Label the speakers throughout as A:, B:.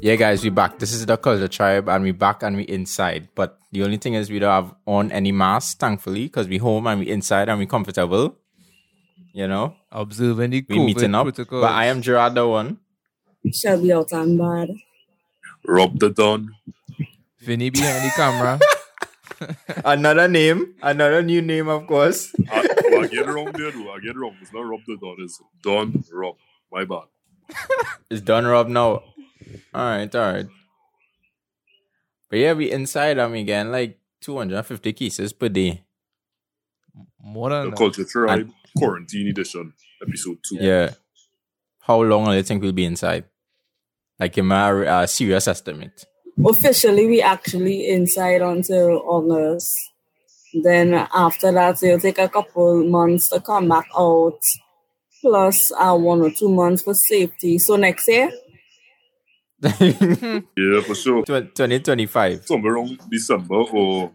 A: Yeah, guys, we back. This is the Culture Tribe, and we back and we inside. But the only thing is we don't have on any mask, thankfully, because we home and we inside and we comfortable. You know,
B: Observing the
A: we
B: COVID
A: meeting up.
B: protocols.
A: But I am Gerard the one.
C: Shelby out and bad.
D: Rob the Don.
B: Vinny behind the camera.
A: Another name, another new name, of course.
D: I, oh, I get it wrong there, though. I get it wrong. It's not Rob the Don. It's Don Rob. My bad.
A: It's done, Rob. Now, all right, all right. But yeah, we inside and we getting like two hundred and fifty cases per day.
B: More than
D: The
B: that.
D: Culture Tribe Quarantine Edition, Episode 2.
A: Yeah. How long do you think we'll be inside? Like, in my uh, serious estimate.
C: Officially, we actually inside until August. Then after that, it'll take a couple months to come back out, plus uh, one or two months for safety. So next year,
A: Twen-
D: Yeah, for sure.
A: 2025.
D: Somewhere around December or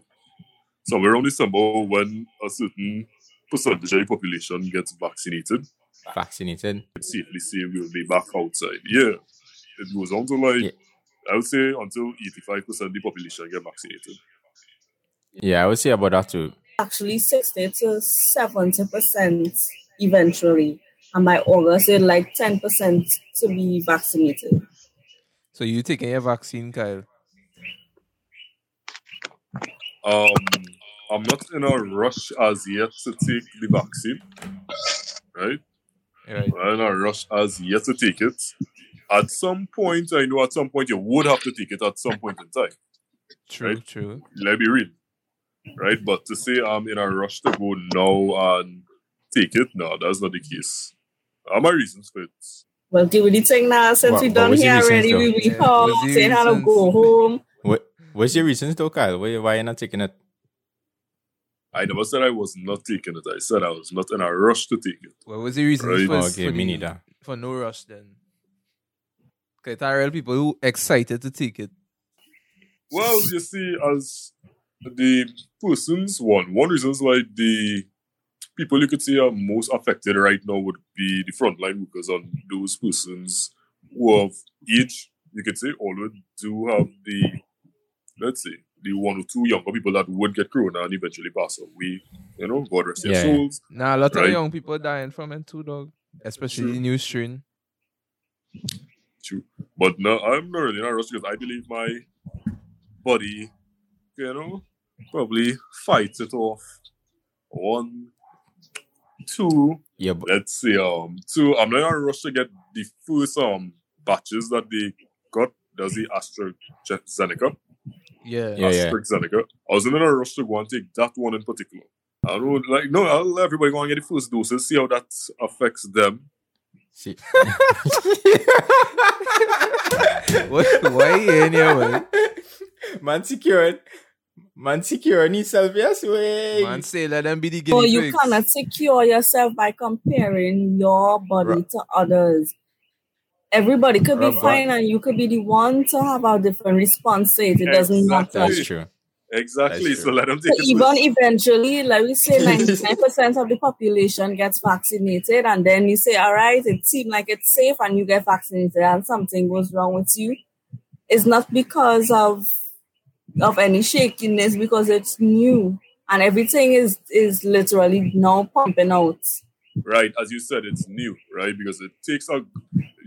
D: somewhere around December when a certain percentage of the population gets vaccinated,
A: Vaccinated.
D: it's safely say we'll be back outside. Yeah. It goes on to like,
A: Yeah.
D: I would say until 85% of the population get vaccinated.
A: Yeah, I would say about that too.
C: actually 60 to 70 percent eventually, and by August, it like 10 percent to be vaccinated.
B: So you taking your vaccine, Kyle?
D: Um, I'm not in a rush as yet to take the vaccine, right?
B: Right.
D: I'm not in a rush as yet to take it. At some point, I know at some point you would have to take it at some point in time.
B: True,
D: Right.
B: true.
D: Let me read, right? But to say I'm in a rush to go now and take it, no, that's not the case. Are my reasons for it?
C: Well, do we think now since
A: What-
C: we
A: what
C: done
A: was
C: here
A: your reasons,
C: already? We
A: though?
C: we
B: Yeah,
C: home,
B: what was your
C: saying how to
B: reasons?
C: go home.
A: What, what's your reasons though, Kyle? Why, why you not taking it?
D: I never said I was not taking it. I said I was not in a rush to take it.
B: What was the reason
D: Right.
B: for,
A: Oh, okay,
B: for
A: me
B: the-
A: neither.
B: for no rush then? Okay, Tyrell people who excited to take it.
D: Well, you see, as the persons, one one reasons like the people you could say are most affected right now would be the frontline workers and those persons who have age, you could say, although do have the let's say the one or two younger people that would get corona and eventually pass away. You know, God rest
A: Yeah,
D: their
A: yeah.
D: souls.
B: Nah, a lot
D: Right.
B: of young people dying from it too, dog. Especially
D: True.
B: the new strain.
D: True. But no, I'm not really in a rush because I believe my body, you know, probably fights it off. One, two,
A: Yeah, but
D: let's see, um, two. I'm not in a rush to get the first um batches that they got. That's the AstraZeneca.
B: Yeah.
A: Yeah, yeah.
D: AstraZeneca. I was not in a rush to go and take that one in particular. I don't like no. I'll let everybody go and get the first dose and see how that affects them.
A: see.
B: What why you in here, man?
A: Man secured. Man secured himself, yes, way.
B: Man say let them be the guinea
C: Or you
B: pigs.
C: cannot secure yourself by comparing your body
A: Ru-
C: to others. Everybody could be
A: Rubber.
C: fine, and you could be the one to have a different response to it. It doesn't
D: Exactly.
C: matter.
A: That's true.
D: Exactly.
A: That's
D: So
A: true.
D: let them
C: So
D: take it.
C: even eventually, like we say, 99% of the population gets vaccinated, and then you say, All right, it seemed like it's safe, and you get vaccinated, and something goes wrong with you. It's not because of of any shakiness, because it's new, and everything is is literally now pumping out.
D: right? As you said, it's new, right? Because it takes a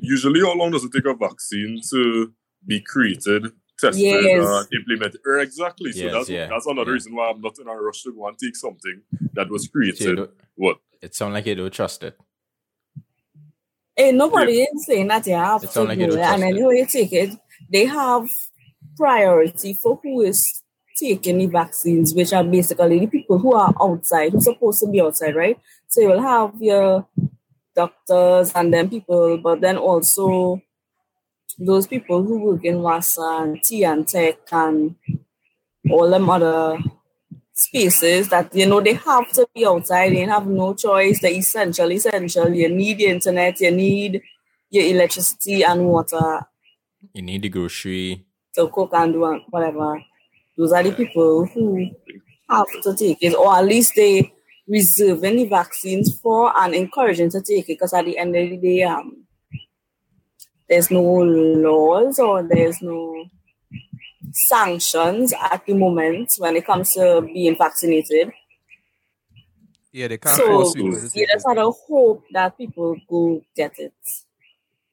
D: usually how long does it take a vaccine to be created, tested,
C: Yes.
D: and implemented? Er, Exactly. So
A: Yes,
D: that's
A: yeah,
D: that's another
A: yeah.
D: reason why I'm not in a rush to go and take something that was
A: So you
D: created.
A: don't-
D: What?
A: It sounds like you don't trust it.
C: Hey, nobody is saying that you have
A: It
C: to
A: sound like you
C: do
A: don't
C: it, and
A: trust it.
C: anyway, you take it. They have priority for who is taking the vaccines, which are basically the people who are outside, who's supposed to be outside, right? So you'll have your doctors and then people, but then also those people who work in WASA and T and Tech and all them other spaces that you know they have to be outside, they have no choice, they're essential, essential. You need your internet, you need your electricity and water
A: You need the grocery.
C: to cook and do and whatever. Those are the people who have to take it, or at least they reserving the vaccines for and encouraging to take it. Because at the end of the day, um, there's no laws or there's no sanctions at the moment when it comes to being vaccinated.
B: Yeah, they can't
C: So
B: force
C: you
B: people to
C: just
B: take it.
C: had a hope that people go get it.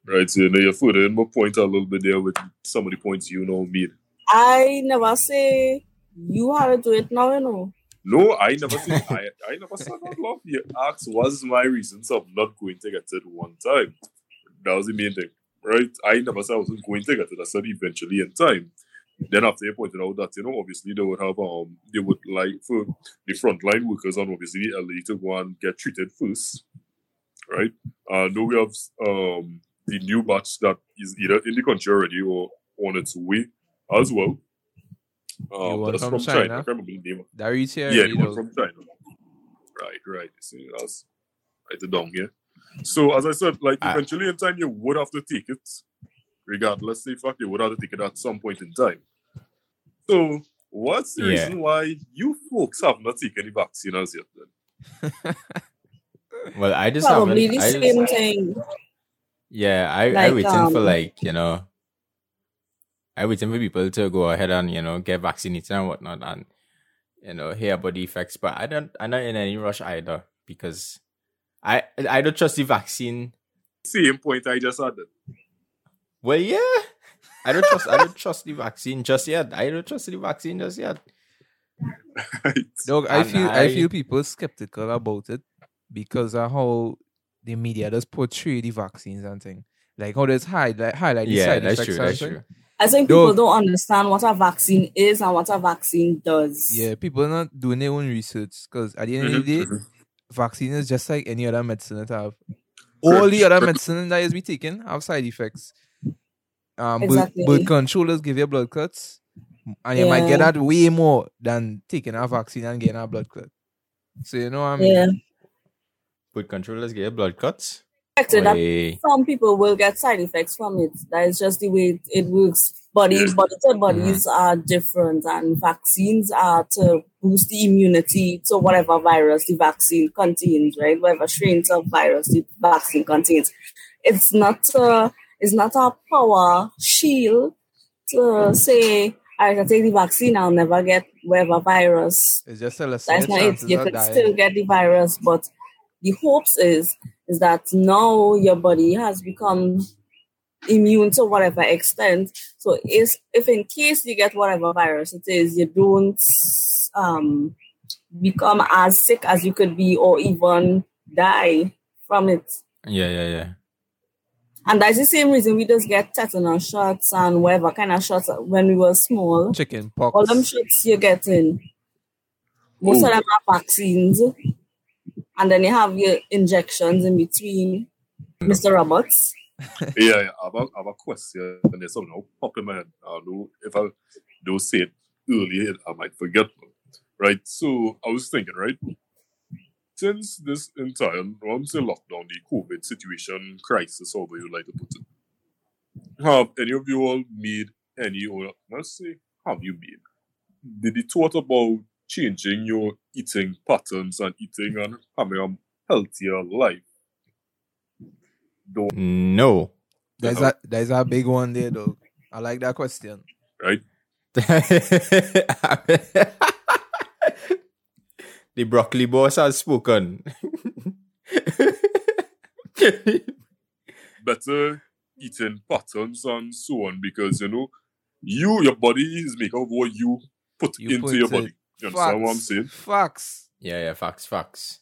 D: Right, so now you're furthering my point a little bit there with some of the points you know made.
C: I never say you have to do it now, you know.
D: No, I never said I, I never said that love. You asked what's my reasons of not going to get it one time. That was the main thing. Right? I never said I wasn't going to get it. I said eventually in time. Then after you pointed out that, you know, obviously they would have um they would like for the frontline workers and obviously the elderly to go and get treated first. Right? Uh now we have um the new batch that is either in the country already or on its way as well.
B: You
D: Um,
B: want
D: that's
B: from
D: from China.
B: China?
D: I can't remember the name of
B: That reach here,
D: yeah,
B: you
D: the one
B: know.
D: from China. Right, right. So that's right the dong, yeah. So as I said, like
A: Ah.
D: eventually in time you would have to take it, regardless the fact you would have to take it at some point in time. So what's the
A: Yeah.
D: reason why you folks have not taken the vaccine as yet then?
A: Well, I just
C: Probably the
A: haven't. I just-
C: same thing.
A: yeah, I I
C: Like,
A: waiting for
C: um,
A: like you know, I waiting for people to go ahead and you know get vaccinated and whatnot and you know hear about the effects. But I don't. I'm not in any rush either because I I don't trust the vaccine.
D: Same point I just had. then.
A: Well, yeah, I don't trust. I don't trust the vaccine just yet. I don't trust the vaccine just yet.
D: Right.
B: Dog, I
A: And
B: feel I,
A: I-
B: feel people skeptical about it because of how the media does portray the vaccines and thing. Like how there's highlight highlight the
A: yeah,
B: side
A: that's
B: effects
A: true.
B: and
A: That's
B: thing.
A: true.
C: I think people
B: Dog.
C: don't understand what a vaccine is and what a vaccine does.
B: Yeah, people are not doing their own research because at the end
A: Mm-hmm,
B: of the day,
D: Mhm, mhm.
B: vaccine is just like any other medicine that have. All the other medicine that is be taken have side effects. Um,
C: Exactly.
B: blood, blood controllers give you blood clots, and you might get
C: Yeah.
B: that way more than taking a vaccine and getting a blood clot. So you know, what I mean,
C: Yeah.
A: Blood controllers get blood cuts.
C: Expected that
A: Oy.
C: some people will get side effects from it. That is just the way it, it works. Bodies,
D: Yeah.
C: body to bodies are different, and vaccines are to boost the immunity to whatever virus the vaccine contains, right? Whatever strains of virus the vaccine contains. It's not a, it's not a power shield to say, I can take the vaccine, I'll never get whatever virus
B: it's just a lesson.
C: that's
B: your
C: not it.
B: chances
C: You
B: of
C: could
B: dying.
C: still get the virus, but the hopes is is that now your body has become immune to whatever extent. So is if in case you get whatever virus it is, you don't um become as sick as you could be or even die from it.
A: Yeah, yeah, yeah.
C: And that's the same reason we just get tetanus shots and whatever kind of shots when we were small.
B: chicken
C: All them
B: pox.
C: shots you're getting, most
D: Ooh.
C: of them are vaccines. And then you have your injections in between, Mr. Roberts.
D: yeah, yeah, I have a, I have a question and there's something that popped in my head. I don't know if I don't say it earlier, I might forget. Right, so I was thinking, right, since this entire, I'm saying lockdown, the COVID situation, crisis, however you like to put it, have any of you all made any, or let's say, have you made, did you thought about changing your eating patterns and eating and having a healthier life? Though
A: No.
B: There's a there's a big one there, though. I like that question.
A: the broccoli boss has spoken.
D: better eating patterns and so on because you know you your body is made of what you put
B: You
D: into
B: put
D: your
B: it.
D: body. You understand what I'm saying?
B: Facts.
A: yeah, yeah, facts, facts.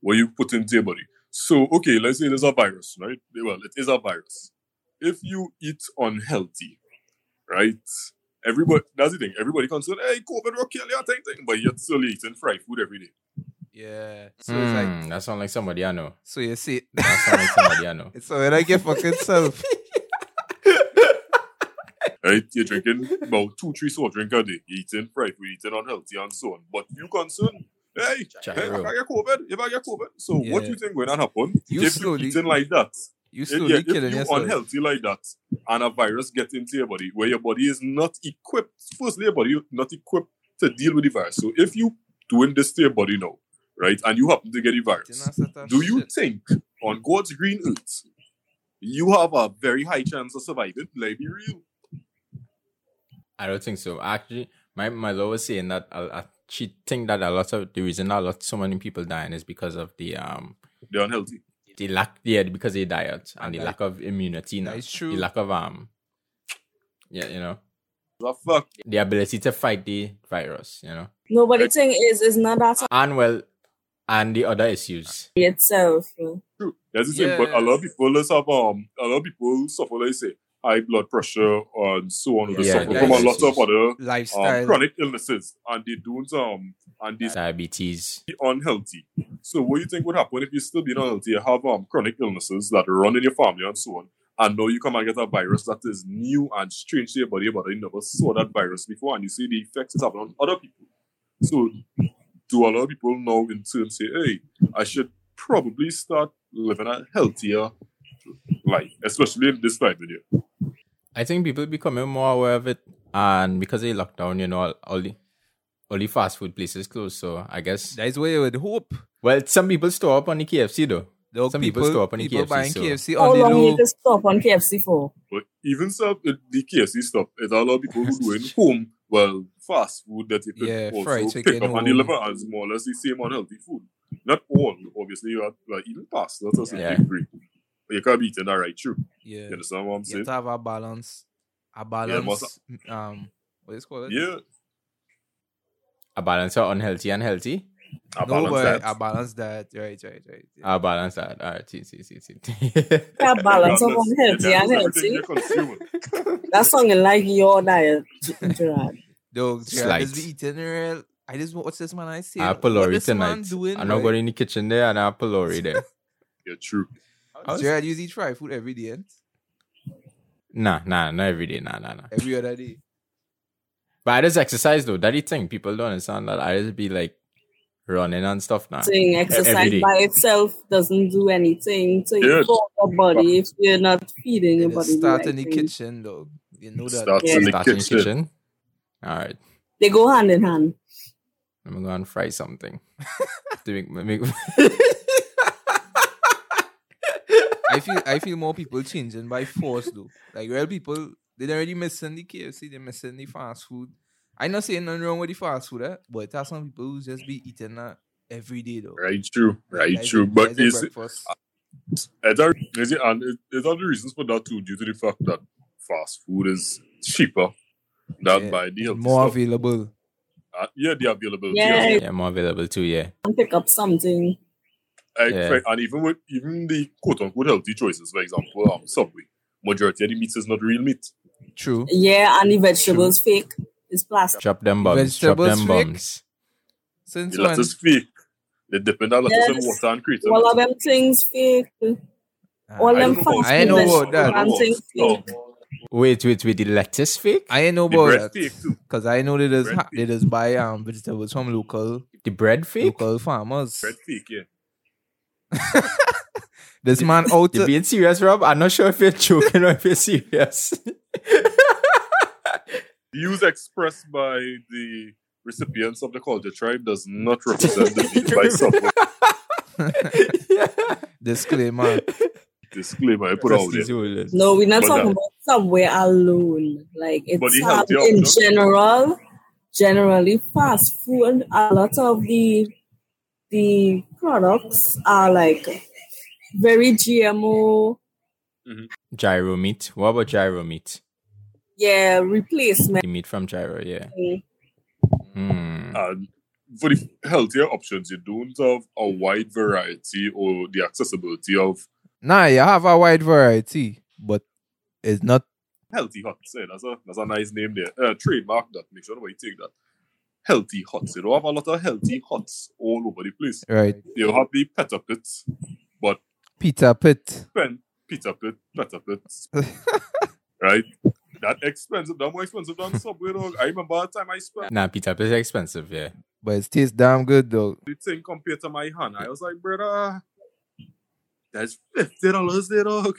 D: What you put into your body. So okay, let's say there's a virus, right? Well, it is a virus. If you eat unhealthy, right? Everybody that's the thing. Everybody concerned, hey, COVID will kill you, thing, thing. But you're still eating fried food every day.
B: Yeah. So
A: So
B: it's like
A: that sounds like somebody I know.
B: so you see,
A: That sounds like somebody I know.
B: it's so like your fucking self.
D: Right? You're drinking about two, three soft drink a day. You're eating fried food, you're eating unhealthy and so on. But you concerned, hey,
A: Jack
D: Hey, if
A: Rowe.
D: I get COVID, if I get COVID. So what
B: Yeah.
D: do you think going to happen
B: You
D: if
B: slowly-
D: you eating like that?
B: You
D: If,
B: slowly
D: yeah, if you
B: killing yourself.
D: unhealthy like that and a virus get into your body where your body is not equipped, firstly, your body not equipped to deal with the virus. So if you doing this to your body now, right, and you happen to get the
B: Didn't
D: virus,
B: answer that
D: do you
B: shit.
D: think on God's green earth you have a very high chance of surviving. Let me real.
A: I don't think so. Actually, my my law was saying that I, I, she think that a lot of the reason a lot so many people dying is because of the um
D: They're unhealthy.
A: the lack yeah because of the diet and the
B: That-
A: lack of immunity now.
B: that is true.
A: The lack of um yeah, you know.
D: The fuck.
A: The ability to fight the virus, you know.
C: No, but the thing is, it's not that
A: And well and the other issues.
C: itself.
D: True. That's the same. But a lot of
B: Yes.
D: people let's have um a lot of people suffer, let's say, high blood pressure and so on. They
A: Yeah,
D: suffer from a lot of
A: diabetes.
D: other um,
B: Lifestyle.
D: chronic illnesses and they don't um and they
A: Diabetes.
D: be unhealthy. So what do you think would happen if you still being unhealthy, you have um chronic illnesses that run in your family and so on, and now you come and get a virus that is new and strange to your body, but you never saw that virus before, and you see the effects it's having on other people. So do a lot of people now in turn say, hey, I should probably start living a healthier life, especially in this time of year.
A: I think people becoming more aware of it, and because they lockdown, you know, all, all the all the fast food places closed. So I guess
B: That is where you would hope.
A: well, some people store up on the KFC though.
B: Though
A: Some people
B: people,
A: store up on the
B: people
A: KFC,
B: buying
A: so-
B: KFC
C: How
B: on the
C: long
B: low.
C: you can stop on KFC for?
D: But even so, it- the KFC stuff, it's a lot of people who doing home, well, fast food that you can
B: Yeah, fried
D: also
B: chicken
D: pick up
B: home.
D: and deliver as more or less the same unhealthy food. Not all, obviously, you have, like, even pasta to a certain
A: Yeah.
D: degree. You can't be eating that right, true.
B: Yeah.
D: You understand what I'm
B: You have
D: saying?
B: to have a balance. A balance.
D: must-
B: um, what is it called?
D: Yeah,
A: A balance of unhealthy and healthy.
D: I
B: no,
D: balance
B: but
D: that.
B: a balance diet. Right, right, right. yeah.
A: A balance that. All right, see, see, see, see.
C: That balance of
D: Regardless,
C: unhealthy
D: yeah,
C: and
D: that's
C: healthy.
D: everything you're consuming.
C: That's something like your diet, Gerard.
B: Dog,
A: Slight.
B: I just be eating real. I just watch this man. I see
A: A
B: what
A: pylori
B: this man
A: tonight.
B: doing.
A: I'm not
B: right?
A: going in the kitchen there and a pylori there.
D: Yeah, true.
A: I was-
B: Gerard, you eat fried food every day, eh?
A: nah, nah, not every day. Nah, nah, nah.
B: every other day.
A: But I just exercise though. That's the thing. People don't understand that. I just be like running and stuff now.
C: Saying
A: Every
C: exercise
A: day.
C: by itself doesn't do anything to
D: Yeah.
C: your body if you're not feeding your
B: And
C: body. the
B: start
C: right
B: in the
C: things.
B: kitchen, though. You know that.
D: Starts
C: Yeah.
D: in the
A: Start in the
D: kitchen.
A: kitchen. All right.
C: They go hand in hand.
A: I'm gonna go and fry something. to make, make,
B: I feel I feel more people changing by force though. Like real people, they don't really missing the KFC, they missing the fast food. I not saying nothing wrong with the fast food, eh? but there are some people who just be eating that every day though.
D: Right, true. Right,
B: There's a-
D: true. But
B: there's a
D: it's,
B: breakfast.
D: Is there, is it, and it- is there the reasons for that too, due to the fact that fast food is cheaper than
B: Yeah,
D: by the healthy
B: more
D: stuff.
B: available.
D: Uh, yeah, the availability.
C: Yeah.
D: as
A: yeah, more available too. Yeah,
C: And pick up something.
D: well. I
A: Yeah.
D: expect- And even with even the quote unquote healthy choices, for example, um, Subway, majority of the meat is not real meat.
B: True.
C: Yeah, and the vegetables fake. It's plastic.
A: drop them bombs. Drop
B: Vegetables
A: them
B: fake.
A: bombs.
B: Since
D: The
B: when?
D: lettuce fake. They depend on lettuce and
C: Yes.
D: water and creatine.
C: All of them things fake.
B: Ah,
C: All
D: I
C: them
D: don't know
C: fast
B: I ain't
C: food
B: know
C: vegetables
B: about that.
C: and things
D: No,
C: fake.
A: Wait, wait, wait. The lettuce fake.
B: I ain't know
D: the bread
B: about that.
D: fake too.
B: Cause I know they just
D: Bread
B: ha- they just buy um vegetables from local
A: The bread fake.
B: local farmers.
D: Bread fake, yeah.
B: This man out
A: You're being serious, Rob. I'm not sure if you're joking or if you're serious.
D: The use expressed by the recipients of the culture tribe does not represent the meat by Subway.
B: disclaimer.
D: Disclaimer I put out there.
A: Trustees will, uh,
C: No, we're not
D: But
C: talking
D: no.
C: about somewhere alone. Like
D: But
C: it's
D: it helps
C: um,
D: you out,
C: in
D: no?
C: general, generally fast food. A lot of the the products are like very GMO.
A: Gyro meat. What about gyro meat?
C: Yeah, replacement.
A: The meat from gyro. Yeah. Hmm.
D: And for the healthier options, you don't have a wide variety or the accessibility of
B: Nah, you have a wide variety, but it's not
D: healthy huts. Eh, that's a that's a nice name there. Uh, trademark that. Make sure nobody take that. Healthy huts. You don't have a lot of healthy huts all over the place.
B: right.
D: You have the peta pit,
B: Peter Pitt.
D: pen pita pit, peta pit. right? That expensive, that more expensive than Subway dog. I remember the time I spent
A: Nah, pizza is expensive. Yeah.
B: But it tastes damn good though.
D: the thing compared to my hand. I was like, brother, that's fifty dollars there, dog.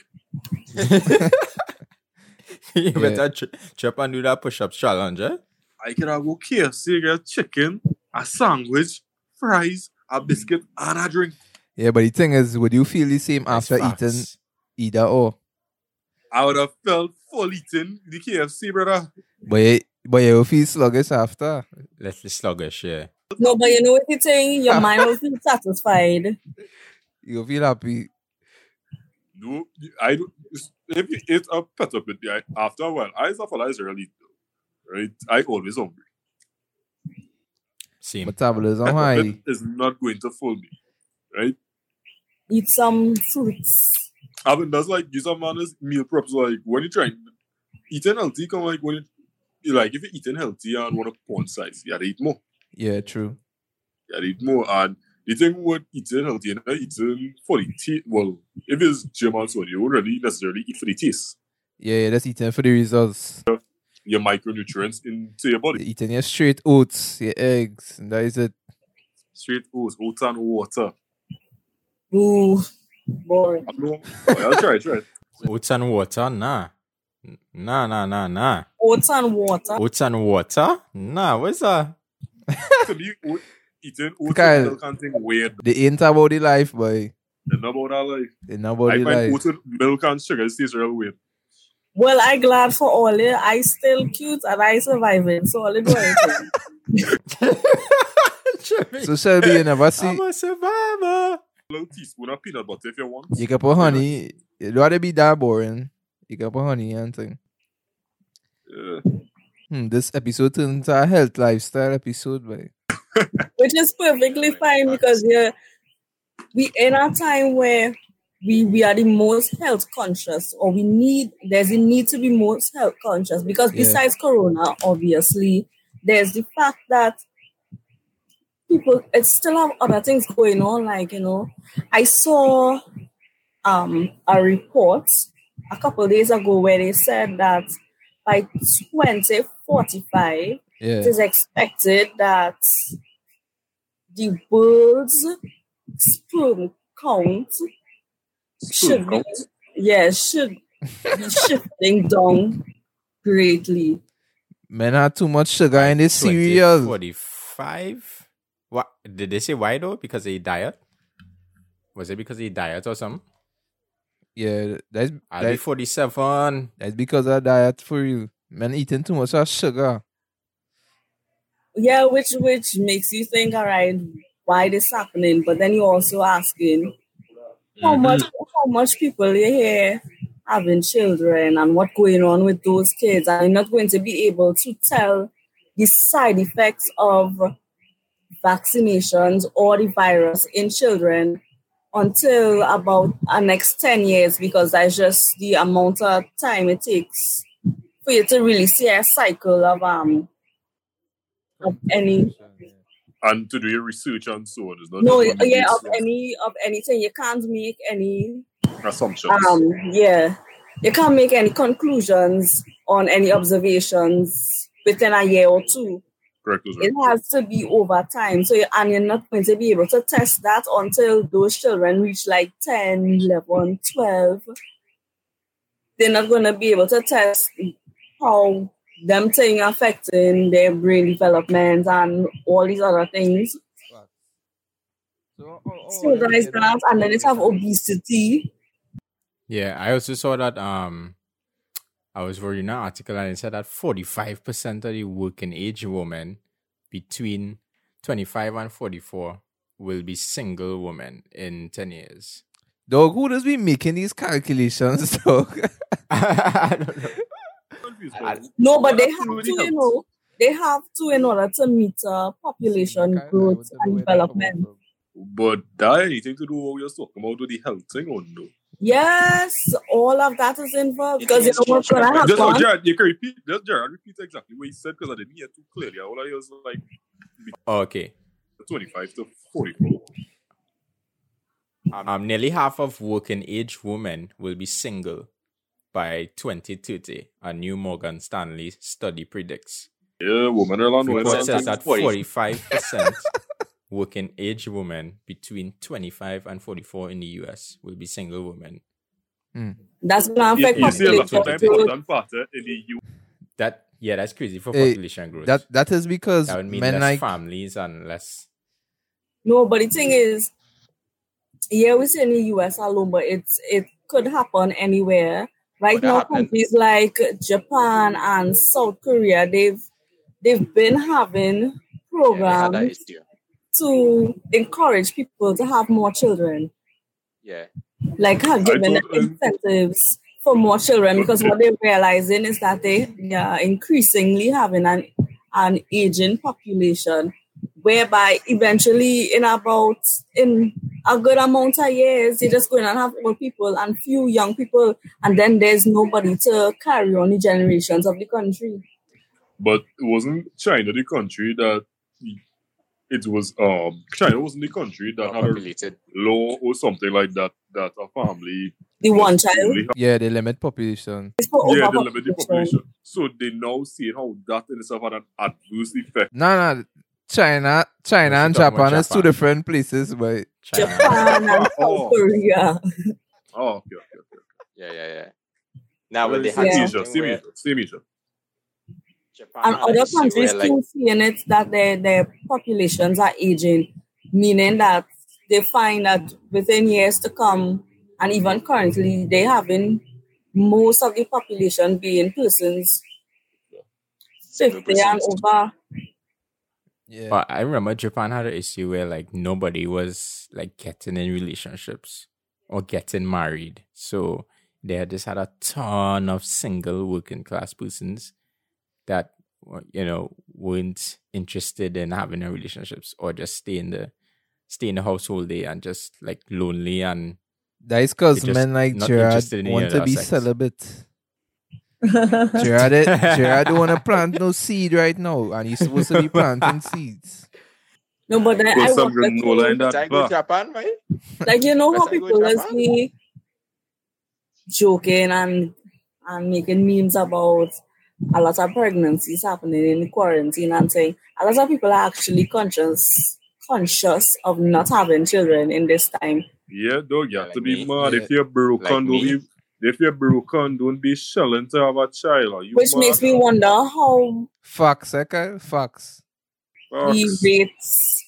A: you better tr- trip and do that push-up challenge. Eh?
D: I could have go KFC, get chicken, a sandwich, fries, a biscuit, and a drink.
B: Yeah, but the thing is, would you feel the same
A: That's
B: after
A: facts.
B: eating either or?
D: I would have felt full eating the KFC, brother.
B: But you, but you will feel sluggish after.
A: Let's be sluggish, yeah.
C: No, but you know what you're saying? Your mind will feel satisfied.
B: You will feel happy.
D: No, I don't. If you eat a pet up with the after a while, I suffer really, right? I always hungry.
A: Same.
B: Metabolism
D: Pepper
B: high.
D: Pit is not going to fool me, right?
C: Eat some fruits.
D: I mean, that's like you some man is meal preps. Like when you're trying eating healthy, come like when you- you like if you're eating healthy and want to porn size, you gotta eat more.
B: Yeah, true.
D: You gotta eat more. And the thing with eating healthy and not eating for the taste, well, if it's gym and so on, you wouldn't really necessarily eat for the taste.
B: Yeah, yeah, that's eating for the results.
D: Your micronutrients into your body.
B: You're eating your straight oats, your eggs, and that is it.
D: Straight oats, oats and water.
C: Ooh, boring.
D: I don't know. Oh, I'll try, try.
A: Oats and water, nah. N- Nah, nah, nah, nah.
C: Oats and water.
A: Oats and water? Nah, what's that?
D: to me, oat, eating oats
B: Kyle.
D: and milk and thing weird.
B: They ain't about the life, boy.
D: They're not about that life.
B: They not about the
D: I find
B: life.
D: oats with milk and sugar it tastes real weird.
C: Well, I glad for all it. I still cute and I surviving. So all it was.
A: Jimmy,
B: So Shelby, you never see.
A: I'm a survivor.
D: little teaspoon of peanut butter if you want.
B: You can put honey. It rather be that boring. You can put honey and thing.
D: Yeah.
B: Hmm, this episode turned into a health lifestyle episode, boy.
C: which is perfectly fine because we're we in a time where we we are the most health conscious or we need there's a need to be most health conscious because
B: Yeah.
C: besides corona obviously there's the fact that people it's still have other things going on like you know i saw um a report a couple days ago where they said that by 2045 it
B: Yeah.
C: is expected that the world's sperm count
D: Spoon
C: should be,
D: count.
C: yeah, should be shifting down greatly.
B: Men had too much sugar in their cereal.
A: 45? What? Did they say why though? Because they diet? Was it because they diet or something?
B: Yeah, that's
A: I'll be
B: that's,
A: 47.
B: that's because of diet for you. Men eating too much of sugar.
C: Yeah, which which makes you think, all right, why this happening? But then you're also asking how much how much people you hear having children and what going on with those kids and you're not going to be able to tell the side effects of vaccinations or the virus in children until about our next 10 years because that's just the amount of time it takes for you to really see a cycle of um of any
D: And to do your research and so on. It's not
C: no
D: just one
C: yeah um,
D: base
C: of any of anything you can't make any
D: assumptions.
C: um yeah you can't make any conclusions on any observations within a year or two
D: Correct. those are-
C: it has to be over time so you- and you're not going to be able to test that until those children reach like 10 11 12 they're not going to be able to test how them thing affecting their brain development and all these other things
A: oh,
B: So,
C: so that is that and then it have obesity
A: Yeah, I also saw that um I was reading an article and it said that 45% of the working age women between 25 and 44 will be single women in 10 years.
B: Dog, who does be making these calculations, dog?
A: I don't know.
D: Confused,
A: I-
D: but-
C: No, but they
D: Well,
C: have to,
D: absolutely
C: you
D: helps.
C: know, they have to in order to meet uh, population growth and development.
D: But that anything to do with what you're talking about with the health thing or no?
C: Yes, all of that is involved
E: It
C: because you
E: is
C: know what's going to
D: Just oh,
C: happen.
D: Jared, you can repeat. Just Jared, repeat exactly what he said because I didn't hear too clearly. All I hear was like
A: Okay.
D: 25 to 44.
A: Um, nearly half of working age women will be single by 2030, a new Morgan Stanley study predicts.
D: Yeah, woman are on
A: Report
E: Morgan
A: says
E: Stanley
A: that 45% working age women between 25 and 44 in the US will be single women.
C: That's going to affect
D: You see a lot of
A: population
D: time
C: population growth.
D: done fatter in the U.
A: That yeah, that's crazy for
B: Eh,
A: population growth.
B: That that is because
A: that would mean
B: men
A: less
B: like
A: families and less.
C: No, but the thing is, yeah, we say in the US alone, but it's it could happen anywhere. Right
B: What
C: now,
B: happened?
C: countries like Japan and South Korea, they've they've been having
E: Yeah, they had
C: programs
E: that issue.
C: to encourage people to have more children,
E: Yeah.
C: like have
D: I
C: given them
D: don't-
C: incentives for more children. Because what they're realizing is that they, they are increasingly having an an aging population, whereby eventually in about in a good amount of years, you're just going to have old people and few young people, and then there's nobody to carry on the generations of the country.
D: But it wasn't China the country that it was um China wasn't the country that had a
E: Populated.
D: law or something like that that a family
C: The one
D: must
C: child
D: only have-
B: Yeah, they limit population.
C: is for
D: yeah, they limit the
C: overpopulation.
D: population. So they now see how that in itself had an adverse effect.
B: Nah, nah. China, China
A: Let's
B: and
A: talk about
B: Japan is two
A: Japan.
B: different places, but
A: China.
C: Japan and South
D: Oh.
C: Korea.
D: Oh, okay, okay.
E: Yeah, yeah, yeah. Now, when they
D: same
E: had
C: Yeah.
D: Asia,
E: something
D: same
E: where
D: Asia, same Asia.
E: Japan
C: and
E: had an
C: other
E: issue where,
C: countries
E: like,
C: too seeing it that their their populations are aging, meaning that they find that within years to come, and even currently, they having most of the population being persons
E: single
C: fifty and
E: persons.
C: over.
B: yeah.
A: But I remember Japan had an issue where like nobody was like getting in relationships or getting married. So they had just had a ton of single working class persons that were- you know weren't interested in having a relationships or just stay in the stay in the house all day and just like lonely and
B: that is because
A: They're just
B: men like
A: not
B: Gerard
A: interested in
B: want
A: either
B: to be
A: sex.
B: celibate. Gerard, Gerard don't want to plant no seed right now, and he's supposed to be planting seeds.
C: no, but then I
D: Put some
C: wanted to-
D: granola in
E: Did I
D: that
E: go to
D: bar.
E: Japan, man?
C: like you know how
E: That's how you go
C: people
E: to
C: is
E: Japan.
C: be joking and and making memes about a lot of pregnancies happening in the quarantine and saying a lot of people are actually conscious conscious of not having children in this time.
D: Yeah, dog, you have
E: Like
D: to be
E: me.
D: mad.
B: Yeah.
D: If you're broken,
E: Like
D: don't
E: me.
D: be if you're broken, don't be shelling to have a child. Are you
C: Which
D: mad?
C: makes me wonder how
B: Facts, okay? Facts.
C: the
D: Fucks.
C: rates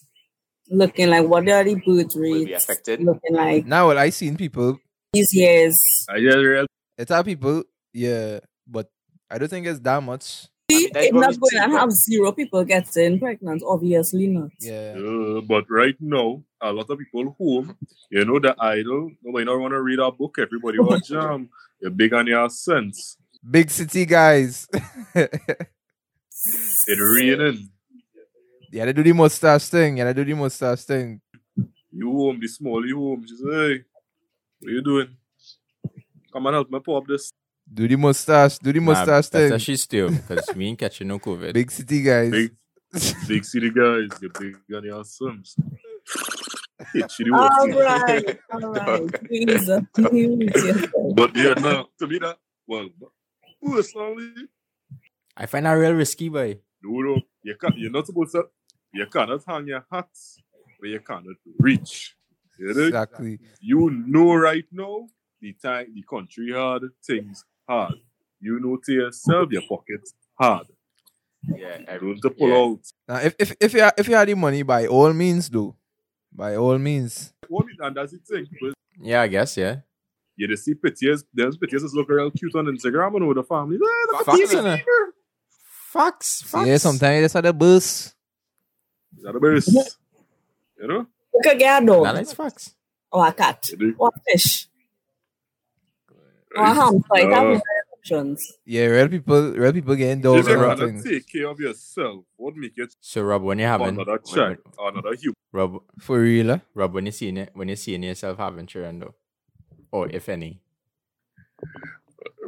C: looking like what are the birth
E: Will be
C: rates
E: affected. Mm-hmm.
C: looking like
B: Now, well, I seen people
C: these years.
D: I just real
B: It's how people, yeah, but I don't think it's that much.
E: mean, that's
C: It's
E: what
C: not
E: we
C: going
E: see,
C: to
E: but-
C: have zero people getting pregnant, obviously not.
B: Yeah,
D: Uh, but right now, a lot of people home, you know, the idol, nobody not want to read a book, everybody want jam. You're big on your sense.
B: big city guys.
D: It raining.
B: yeah, they do the mustache thing. Yeah, they do the mustache thing.
D: You home, the small you home. She say, hey, what you doing? Come and help me pop this.
B: Do the mustache. Do the
A: nah,
B: mustache
A: that's
B: thing.
A: actually still because we ain't catching no COVID.
B: Big city guys.
D: Big, big city guys, you're big on your sense. Hit you the
C: All
D: worst.
C: right, all right. Please, uh, mute yourself.
D: But yeah, no, to me that, well, personally,
A: I find that real risky, boy.
D: no, no, you can't, you're not supposed to, you cannot hang your hat, but you cannot reach. You know?
B: exactly.
D: you know right now the time the country hard, things hard. You know to yourself your pockets hard.
E: Yeah,
D: I
E: every,
D: don't to pull
E: Yeah.
D: out.
B: Now, if if if you ha- if you had the money, by all means, do. By all means.
D: One minute, and that's the thing. But
A: Yeah, I guess, yeah.
D: you just see pictures, there's pictures that look real cute on Instagram and with the family. Ah, the
A: Facts,
D: baby
A: innit?
D: fever.
A: Fox,
B: So, yeah, sometimes it's at the bus.
D: Is that the best? You know?
C: You could get a dog
A: Nah, it's fox.
C: or a cat
D: You do.
C: or a fish or a hamster. It have many options.
B: Yeah, real people, real people getting
D: If
B: dogs
D: you
B: and all
D: rather
B: things.
D: take care of yourself, what make you
A: So Rob, when you having
D: another child, another human?
A: Rob,
B: For real, eh?
A: Rob, when you seeing it, when you seeing yourself having children though, or if any.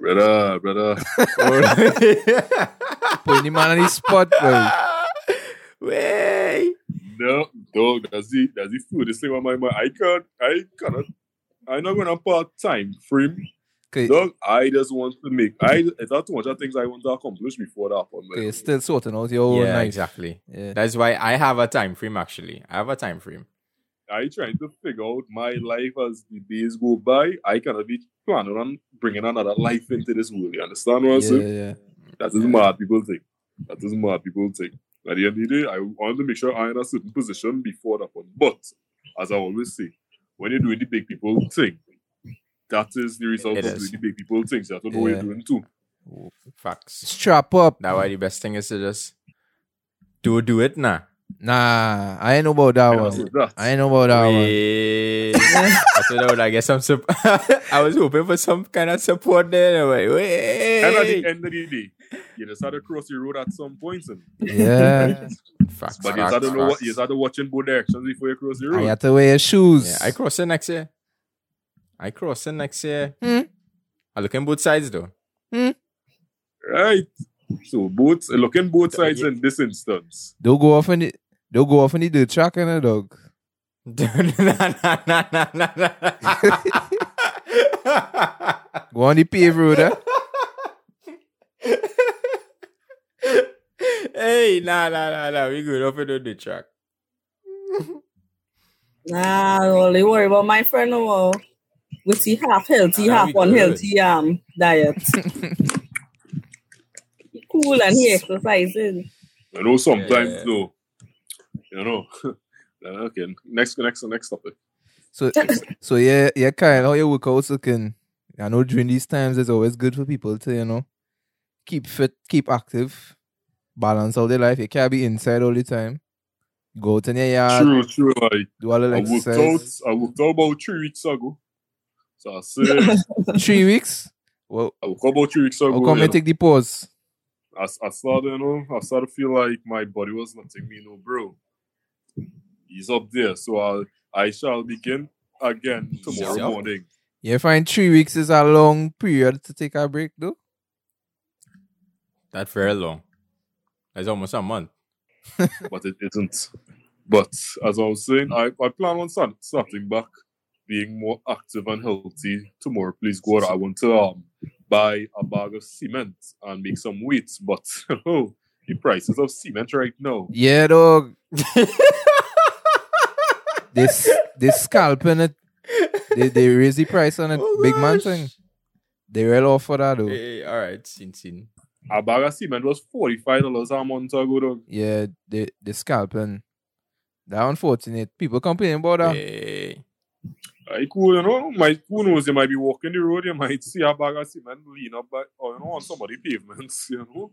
D: Brother, brother.
A: Or-
B: putting the man on the spot, boy.
A: Way.
D: No, dog, that's the that's the food. This thing on my mind. I can't I cannot I'm not gonna part time frame
B: 'Cause-
D: Dog, I just want to make. I it's not too much of things I want to accomplish before that happen.
B: Okay,
D: man.
B: you're still sorting out your own
A: yeah,
B: life.
A: exactly.
B: Yeah.
A: That's why I have a time frame actually. I have a time frame.
D: I trying to figure out my life as the days go by. I cannot be planning on bringing another life into this world. You understand what
B: Yeah,
D: I'm saying?
B: yeah.
D: That is mad people think. That is mad people think. At the end of the day, I want to make sure I'm in a certain position before that one. But as I always say, when you're doing the big people thing, That is the result
A: It
D: of
A: is.
D: the big people things. That's what we're
B: Yeah.
D: doing too.
A: Facts.
B: Strap up.
A: That why the best thing is to just do do it now.
B: Nah, I ain't know about that
D: And I
B: one.
D: said that.
B: I ain't know about
A: Oh,
B: that one.
A: Wait. I said, oh, I guess I'm sup- I was hoping for some kind of support there. I'm like, wait.
D: And at the end of the day, you just had to cross the road at some points, and
B: Yeah.
A: Facts,
D: but
A: facts,
D: you just had to know what
A: facts.
D: you just had to watch in both directions before you cross the
B: I
D: road.
B: had to wear your shoes.
A: Yeah, I cross in next year. I cross in next year.
B: Hmm.
A: I look in both sides though.
D: Right. So both looking both sides
A: Yeah.
D: in this instance.
B: don't go off in the don't go off in the dirt track and a dog. Go on the paved road, eh?
A: hey, nah, nah, nah, nah. We good up into the track.
C: Nah, only worry about my friend over with the half healthy,
A: Nah,
C: half
A: Ah, we good.
C: unhealthy um diet. He cool and he exercising.
D: I know sometimes
A: Yeah.
D: though, you know. okay, next, next, next topic.
B: So so yeah, yeah, Kyle, how your workouts looking? I know during these times it's always good for people to, you know, keep fit, keep active, balance out their life. You can't be inside all the time. Go out in your yard,
D: true, true. Like,
B: do a little
D: I worked out.
B: exercise.
D: I worked out about three weeks ago. So I said,
B: Three weeks? Well,
D: I worked out about three weeks ago.
B: how come
D: you
B: you
D: know.
B: take the pause?
D: I, I started, you know, I started to feel like my body was letting me know, bro. He's up there, so I I shall begin again tomorrow
A: up.
D: morning.
B: You find three weeks is a long period to take a break though.
A: That's very long. That's almost a month.
D: But it isn't. But as I was saying, I, I plan on start, starting back, being more active and healthy tomorrow. Please God, I want to um, buy a bag of cement and make some weights. But oh, the prices of cement right now.
B: Yeah, dog. this this scalping it. They they raise the price on it.
A: Oh,
B: Big man
A: gosh.
B: thing. They real offer that though.
A: Hey, all right, sin sin.
D: A bag of cement was forty five dollars a month ago. Dog.
B: Yeah, they they scalping. That unfortunate. People complaining about that.
A: Hey.
D: I could, you know, might who knows, you might be walking the road, you might see a bag of cement lean up by, or, you know, on somebody pavements, you know.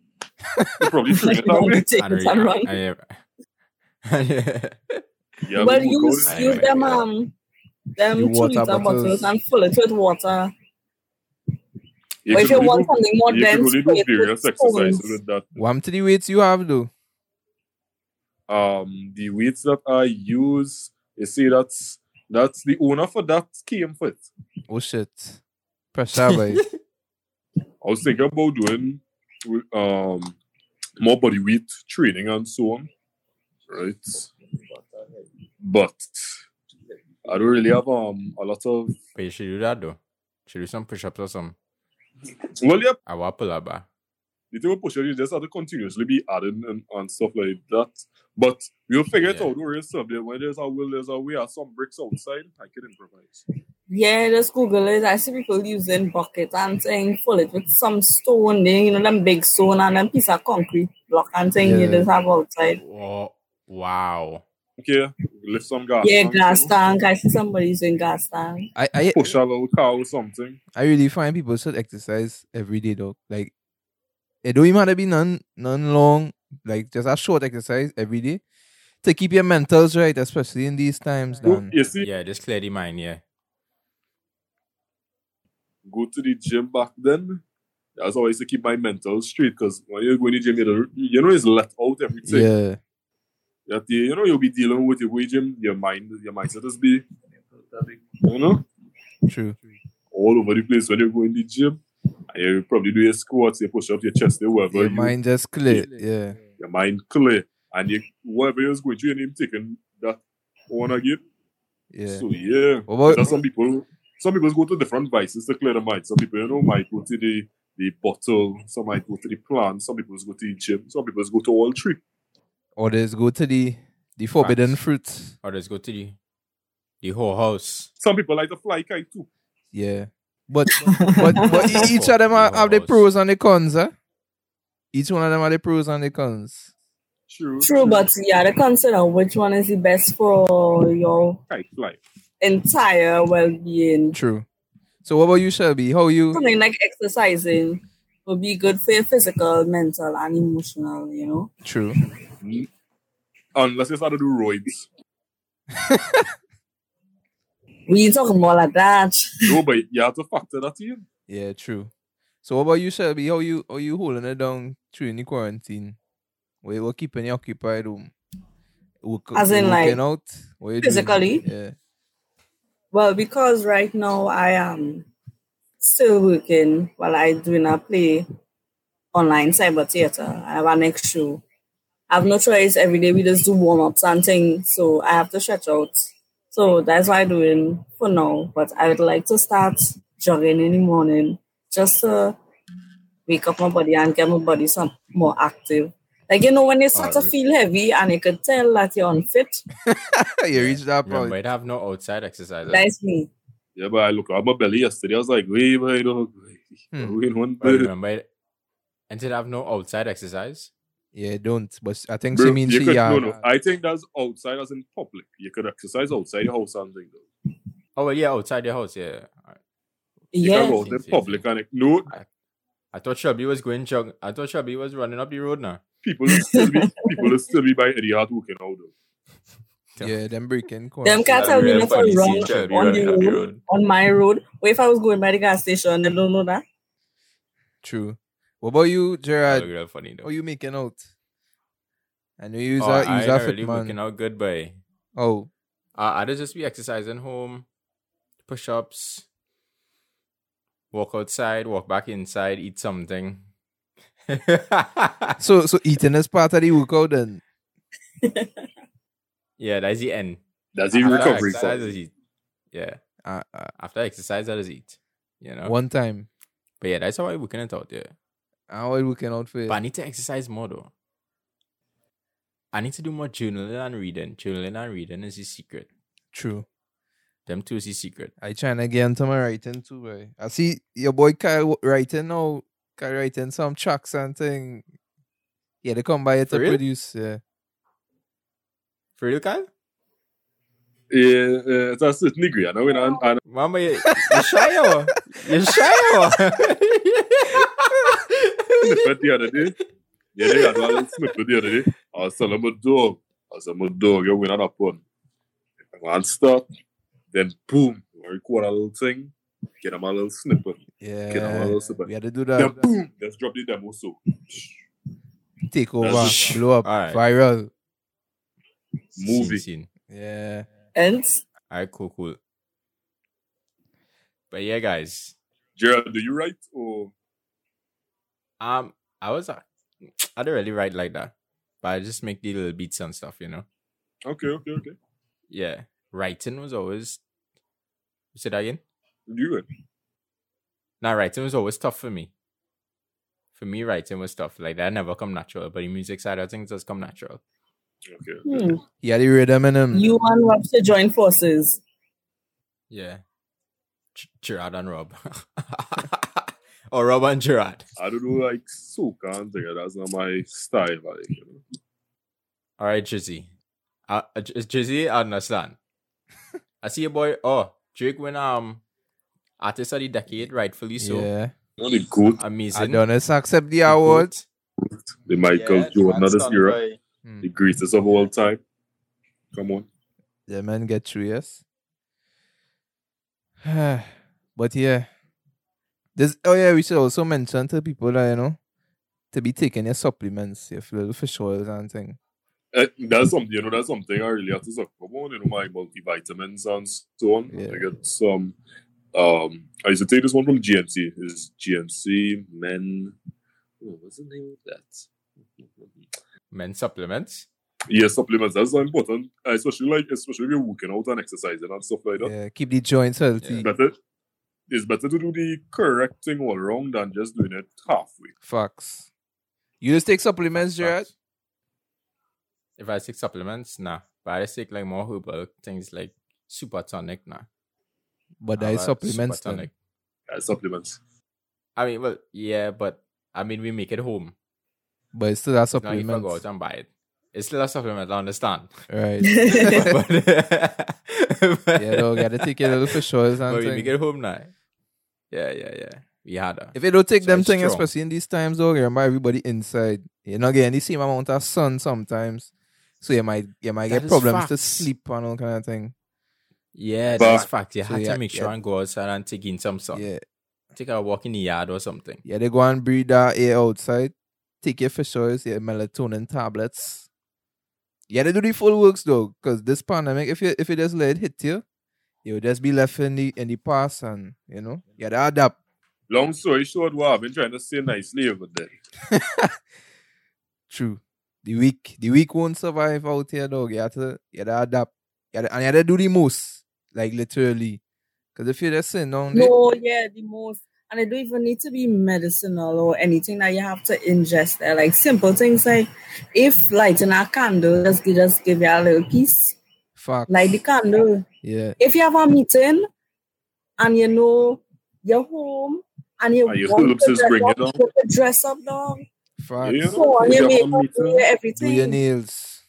D: You probably train it that way.
A: I don't-
C: I'm wrong.
A: I- I-
D: Yeah,
C: well,
D: we
C: use
D: go-
A: out.
C: use them um them
B: The
C: two
B: water
C: liter
B: bottles.
C: bottles. and fill it with water.
D: you
C: or
D: could
C: if you
D: only
C: want
D: do-
C: something more
D: you could
C: dense,
D: only
C: fill
D: do
C: it with
D: various
C: spoons.
D: exercises with that.
B: What to the weights you have though?
D: Um, the weights that I use, you see, that's that's the owner for that came for it.
B: Oh shit. Pressure by
D: I was thinking about doing um more body weight training and so on, right? But I don't really have um a lot of
A: But you should do that though. Should do some push ups or some.
D: well, yeah,
A: I will pull up. ah.
D: the table push you just have to continuously be adding and, and stuff like that. But we'll figure it
A: Yeah.
D: out. Don't worry, sir. There- When there's a will, there's a way. Are some bricks outside? I can improvise.
C: Yeah, just Google it. I see people using buckets and saying fill it with some stone, then you know them big stone and them piece of concrete block and saying you
B: Yeah.
C: just have outside.
A: Wo- wow.
D: Okay, lift some gas.
C: yeah,
D: tank,
C: gas
D: you know,
C: tank. I see somebody using gas tank.
B: I, I
A: Oh,
D: Push a little car or something.
B: I really find people should exercise every day though. Like eh, it don't even have to be none none long, like just a short exercise every day. To keep your mentals right, especially in these times.
D: Go-
B: Dan.
D: you see,
A: Yeah, just clear the mind. Yeah.
D: go to the gym back then. That's how I used to keep my mental straight because when you go in the gym, you, don't- you know it's let out everything.
B: Yeah.
D: That you, you know you'll be dealing with your way gym, your mind, your mindset is be, you know.
B: True.
D: all over the place when you go in the gym. And you probably do your squats, you push up your chest, you whatever.
B: Your
D: you-
B: mind just clear. Yeah.
D: your mind clear. And you, whatever you're going through, you're taking that on again.
B: Yeah.
D: So, yeah.
B: What about-
D: That's some people, some people go to different vices to clear their mind. Some people, you know, might go to the, the bottle, some might go to the plant, some people go to the gym, some people go to all three.
B: Or just go to the the forbidden
A: Facts.
B: fruit.
A: Or just go to the the whole house.
D: Some people like to fly kite too.
B: Yeah. But but, but e- each of them have, have the pros and the cons, huh? Each one of them have the pros and the cons.
D: True.
C: True, but you have to consider which one is the best for your
D: Kite fly.
C: entire well being.
B: True. So what about you, Shelby? How you?
C: Something like exercising would be good for your physical, mental, and emotional, you know?
B: True.
D: Unless you start to do roids.
C: We ain't talking more like that.
D: No, but you have to factor that in.
B: Yeah, true. So what about you, Shelby? How you? How you holding it down through the quarantine? Were you were keeping you occupied? Um, work,
C: As in,
B: working
C: like,
B: out? What you doing?
C: physically?
B: Yeah.
C: Well, because right now I am still working while I doing a play online cyber theater. I have an next show. I have no choice. Every day we just do warm ups and things, so I have to stretch out. So that's what I'm doing for now. But I would like to start jogging in the morning just to wake up my body and get my body some more active. Like you know, when you start to
B: Alright.
C: feel heavy and you can tell that you're unfit,
B: you reached that
A: Remember,
B: point.
A: I'd have no outside exercises.
C: that's me.
D: Yeah, but I looked at my belly yesterday. I was like, wait, wait, no.
B: Hmm.
D: Wait, one
A: But
D: bit.
A: remember, it- and did have no outside exercise.
B: Yeah, don't. But I think she
D: Bro,
B: means
D: you
B: she uh,
D: could,
B: yeah.
D: no, no. I think that's outside, as in public. You could exercise outside your house and thing, though.
A: Oh well, yeah, outside your house. Yeah,
D: You
C: Yeah.
D: can go out in
A: Same, same,
D: public and like, no
A: I thought Shelby was going jog. I thought Shelby was running up the road now.
D: people will still be people will still be by Eddie Hart working out though.
B: yeah, them breaking
C: Them
B: quarantine.
C: can't tell me
E: real
C: not
E: funny
C: to
E: scene,
C: run
E: Shelby,
C: on
E: running
C: the
E: up the
C: road,
E: road.
C: on my road. Or if I was going by the gas station, they don't know that.
B: True. What about you,
A: That
B: Gerard?
A: looked real funny though.
B: How Oh, you making out? I know you's
A: Oh,
B: a
A: I
B: you's
A: ain't
B: a fit
A: really working
B: man.
A: out good, boy.
B: Oh,
A: Uh, I'd just be exercising home, push ups, walk outside, walk back inside, eat something.
B: so so eating is part of the workout then.
A: yeah, that's the end.
D: That's the
A: After
D: recovery
A: exercise,
D: part.
A: I eat. Yeah,
B: Uh, uh,
A: after exercise, I just eat. You know,
B: One time,
A: but yeah, that's how I working it out. Yeah,
B: how I working out for you?
A: but I need to exercise more though. I need to do more journaling and reading. Journaling and reading is the secret.
B: True.
A: Them two is the secret.
B: I trying to get into my writing too, boy. I see your boy Kyle w- writing now. Kyle writing some tracks and thing. Yeah, they come by it to
A: For real?
B: produce. Yeah.
A: For real, Kyle?
D: Yeah, yeah, it's a certain degree. I know, and, and, and
A: Mama, you, you shy or you shy or?
D: snippet the other day. Yeah, they had one snippet the other day. I was telling my dog, I said, my dog, you're winning up one. And start, then boom, I record a little thing, get him a little snippet, get him a
B: Yeah.
D: little snippet.
B: We had to do
D: Then
B: that.
D: boom, let's drop the demo. So
B: Take over.
D: That's-
B: blow up.
A: Alright.
B: Viral.
D: Movie.
A: Scene, scene.
B: Yeah.
C: And
A: All right, cool, cool. But yeah, guys.
D: Gerald, do you write or
A: Um, I was uh, I don't really write like that, but I just make the little beats and stuff, you know.
D: okay, okay, okay.
A: Yeah, writing was always. Say that again.
D: Do you write?
A: Nah, writing was always tough for me. For me, writing was tough. Like that never come natural, but the music side of things does come natural.
D: Okay.
C: hmm,
B: He had the rhythm in him.
C: you and Rob should join forces.
A: Yeah. G- Gerard and Rob. or Rob and Gerard.
D: I don't know, like soak and thing. That's not my style, like you know.
A: All right, Jizzy. Uh, uh, J- Jizzy, I understand. I see your boy. Oh, Drake win um artist of the decade, rightfully so.
B: Yeah.
D: Not the goat,
A: Amazing.
B: Adonis accept the
A: The GOAT.
B: award.
D: the Michael
E: Yeah,
D: Jordan of
E: man's
D: this
E: done,
D: era,
E: boy.
B: Hmm.
D: the greatest of all time. Come on.
B: The man get through, yes. but yeah. This oh yeah, we should also mention to people that you know to be taking your supplements, your little fish oils and thing.
D: Uh, that's something you know. That's something I really have to suck up on. You know, my multivitamins and so on.
B: Yeah.
D: I get some. Um, I used to take this one from GNC. Is GNC men? Oh, what's the name of that?
A: Men supplements.
D: Yeah, supplements. That's important, Uh, especially like especially if you're working out and exercising and stuff like that.
B: Yeah, keep the joints healthy.
D: It's better. It's better to do the correct thing all around than just doing it halfway.
B: Facts. You just take supplements, Gerard?
A: Facts. If I take supplements, nah. But I just take like more herbal things like supertonic, nah.
B: But
A: I
B: I
A: have a
B: supplements
A: Supertonic.
B: then.
D: Uh, supplements.
A: I mean, well, yeah, but I mean, we make it home.
B: But it's still
A: Now
B: a
A: you
B: supplement.
A: go out and buy it. It's still a supplement, I understand.
B: Right.
C: That's
A: but,
B: Yeah, though, gotta take your little fish oils and
A: but we make
B: thing.
A: it home now. Yeah, yeah, yeah. We had a
B: If you don't take
A: So
B: them
A: it's
B: thing,
A: strong.
B: especially in these times, though, remember everybody inside. You're not getting the same amount of sun sometimes, so you might you might
A: That
B: get
A: is
B: problems to
A: facts.
B: sleep and all kind of thing.
A: yeah,
D: But-
A: that's fact. You
B: So
A: had
B: yeah,
A: to make sure
B: yeah.
A: and go outside and take in some sun.
B: Yeah,
A: Take a walk in the yard or something.
B: yeah, they go and breathe that air outside. Take your fish oils, your melatonin tablets. Yeah, they do the full works though, because this pandemic, if you if you just let it hit you, you'll just be left in the in the past, and you know, you had to adapt.
D: Long story short, what I've been trying to say nicely over there.
B: True. The weak, the weak won't survive out here, dog. You have to, you have to adapt. You have to, and you have to do the most, like literally. Because if you're just sitting down, there-
C: No, yeah, the most. And it don't even need to be medicinal or anything that you have to ingest there. Like simple things like if lighting a candle, just, gi- just give you a little piece.
B: facts.
C: Light the candle.
B: yeah,
C: If you have a meeting and you know you're home and you
D: And your
C: want
D: hopes
C: to
D: is
C: dress
D: bringing
C: up,
D: down.
C: you could dress up dog.
B: facts.
D: Yeah.
C: So on
D: You
C: your
D: have a
C: makeup,
D: meeting,
C: do
B: Do your
C: everything.
B: nails.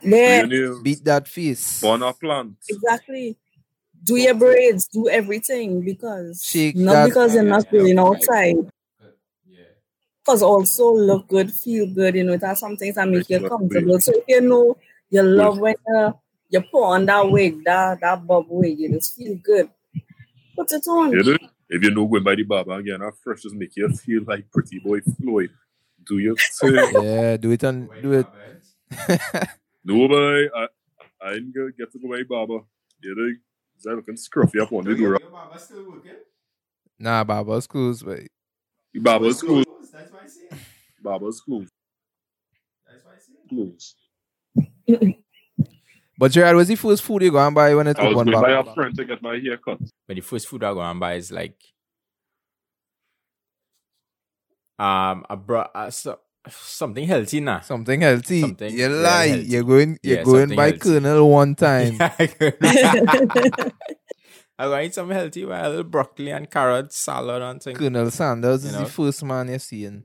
C: Yeah,
D: Millionaires,
B: Beat that face.
D: born a plant.
C: exactly. Do your braids, do everything because
B: Shake
C: not
B: that-
C: because you're not
E: Yeah, yeah,
C: feeling
E: yeah.
C: outside.
A: Yeah.
C: Because also look good, feel good, you know, that's some things that make you
D: Right,
C: comfortable. So if you know you love when you, you put on that wig, that, that bob wig, you just feel good. Put it on.
D: You know? If you know going by the barber again, that fresh just make you feel like pretty boy Floyd. Do you say
B: Yeah, do it and do it.
D: no boy? I, I ain't gonna get to go by barber. You know, is I looking scruffy up on the door?
A: eh?
B: Nah, Baba schools, but
D: The barber's closed.
A: That's why I say.
D: Barber's closed.
A: That's why I say.
D: Closed.
B: but Gerard, was the first food you go and buy when it
D: I was
B: was one
D: going by a
B: Baba?
D: friend to get my hair cut.
A: But the first food I go and buy is like um I brought uh, so, something healthy now.
B: Something healthy.
A: Something
B: you
A: very
B: lie.
A: healthy.
B: You're going. You're
A: Yeah,
B: going
A: something
B: by
A: healthy.
B: Colonel one time.
A: I go eat some healthy with a little broccoli and carrot salad and things.
B: Colonel Sanders
A: You
B: is
A: know?
B: the first man you're seeing.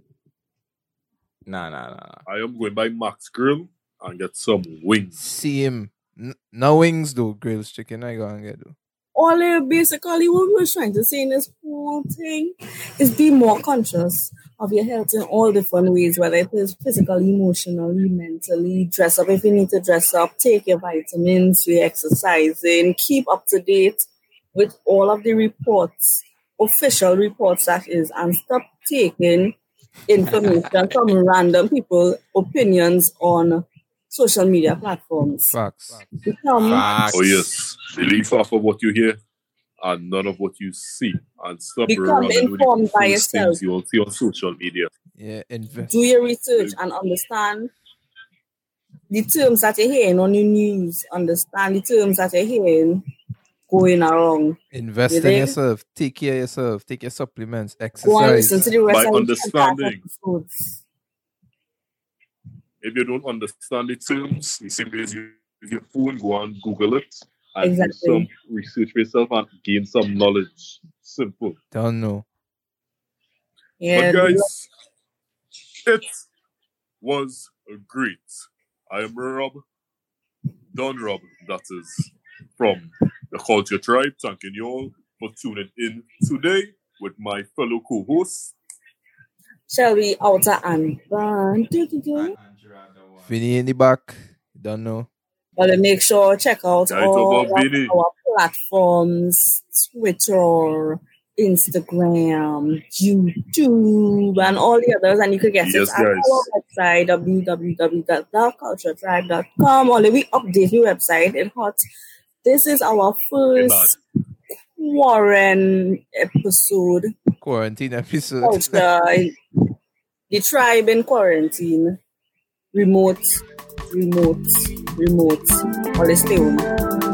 A: Nah, nah, nah. nah.
D: I am going by Max Grill and get some wings.
B: Same. N- no wings though, grilled chicken. I go and get though.
C: all it basically what we're trying to say in this whole thing is be more conscious of your health in all different ways, whether it is physically, emotionally, mentally, dress up if you need to dress up, take your vitamins, be exercising, keep up to date with all of the reports, official reports that is, and stop taking information from random people, opinions on social media platforms.
B: Facts.
C: Become
A: Facts.
D: Oh yes, believe half of what you hear and none of what you see, and stop
C: Become
D: running with the
C: informed by
D: false
C: yourself.
D: things you will see on social media.
B: Yeah, invest.
C: do your research and understand the terms that you're hearing on your news. Understand the terms that you're hearing going around.
B: Invest in
C: Really?
B: yourself. Take care of yourself. Take your supplements.
C: Go and listen
B: Exercise.
C: to the rest
D: By
C: of the
D: understanding.
C: podcast episodes.
D: If you don't understand the terms, the same way as you with your phone, go and Google it and
C: Exactly.
D: do some research for yourself and gain some knowledge. Simple.
B: Don't know.
C: Yeah,
D: but guys, it was great. I am Rob, Don Rob, that is, from the Culture Tribe. Thanking you all for tuning in today with my fellow co host.
C: shall we outer and burn? Do, do, do.
B: Vinny in the back. Don't know.
C: But make sure check out
D: Night of
C: all
D: our
C: of
D: Vinny.
C: our platforms, Twitter, Instagram, YouTube, and all the others. And you can get
D: Yes,
C: it at
D: guys.
C: our website, www.culturetribe.com. Only we update the website in hot. This is our first Warren episode,
B: Quarantine episode.
C: culture, Oh, the tribe in quarantine, remote, remote, remote. All stay home.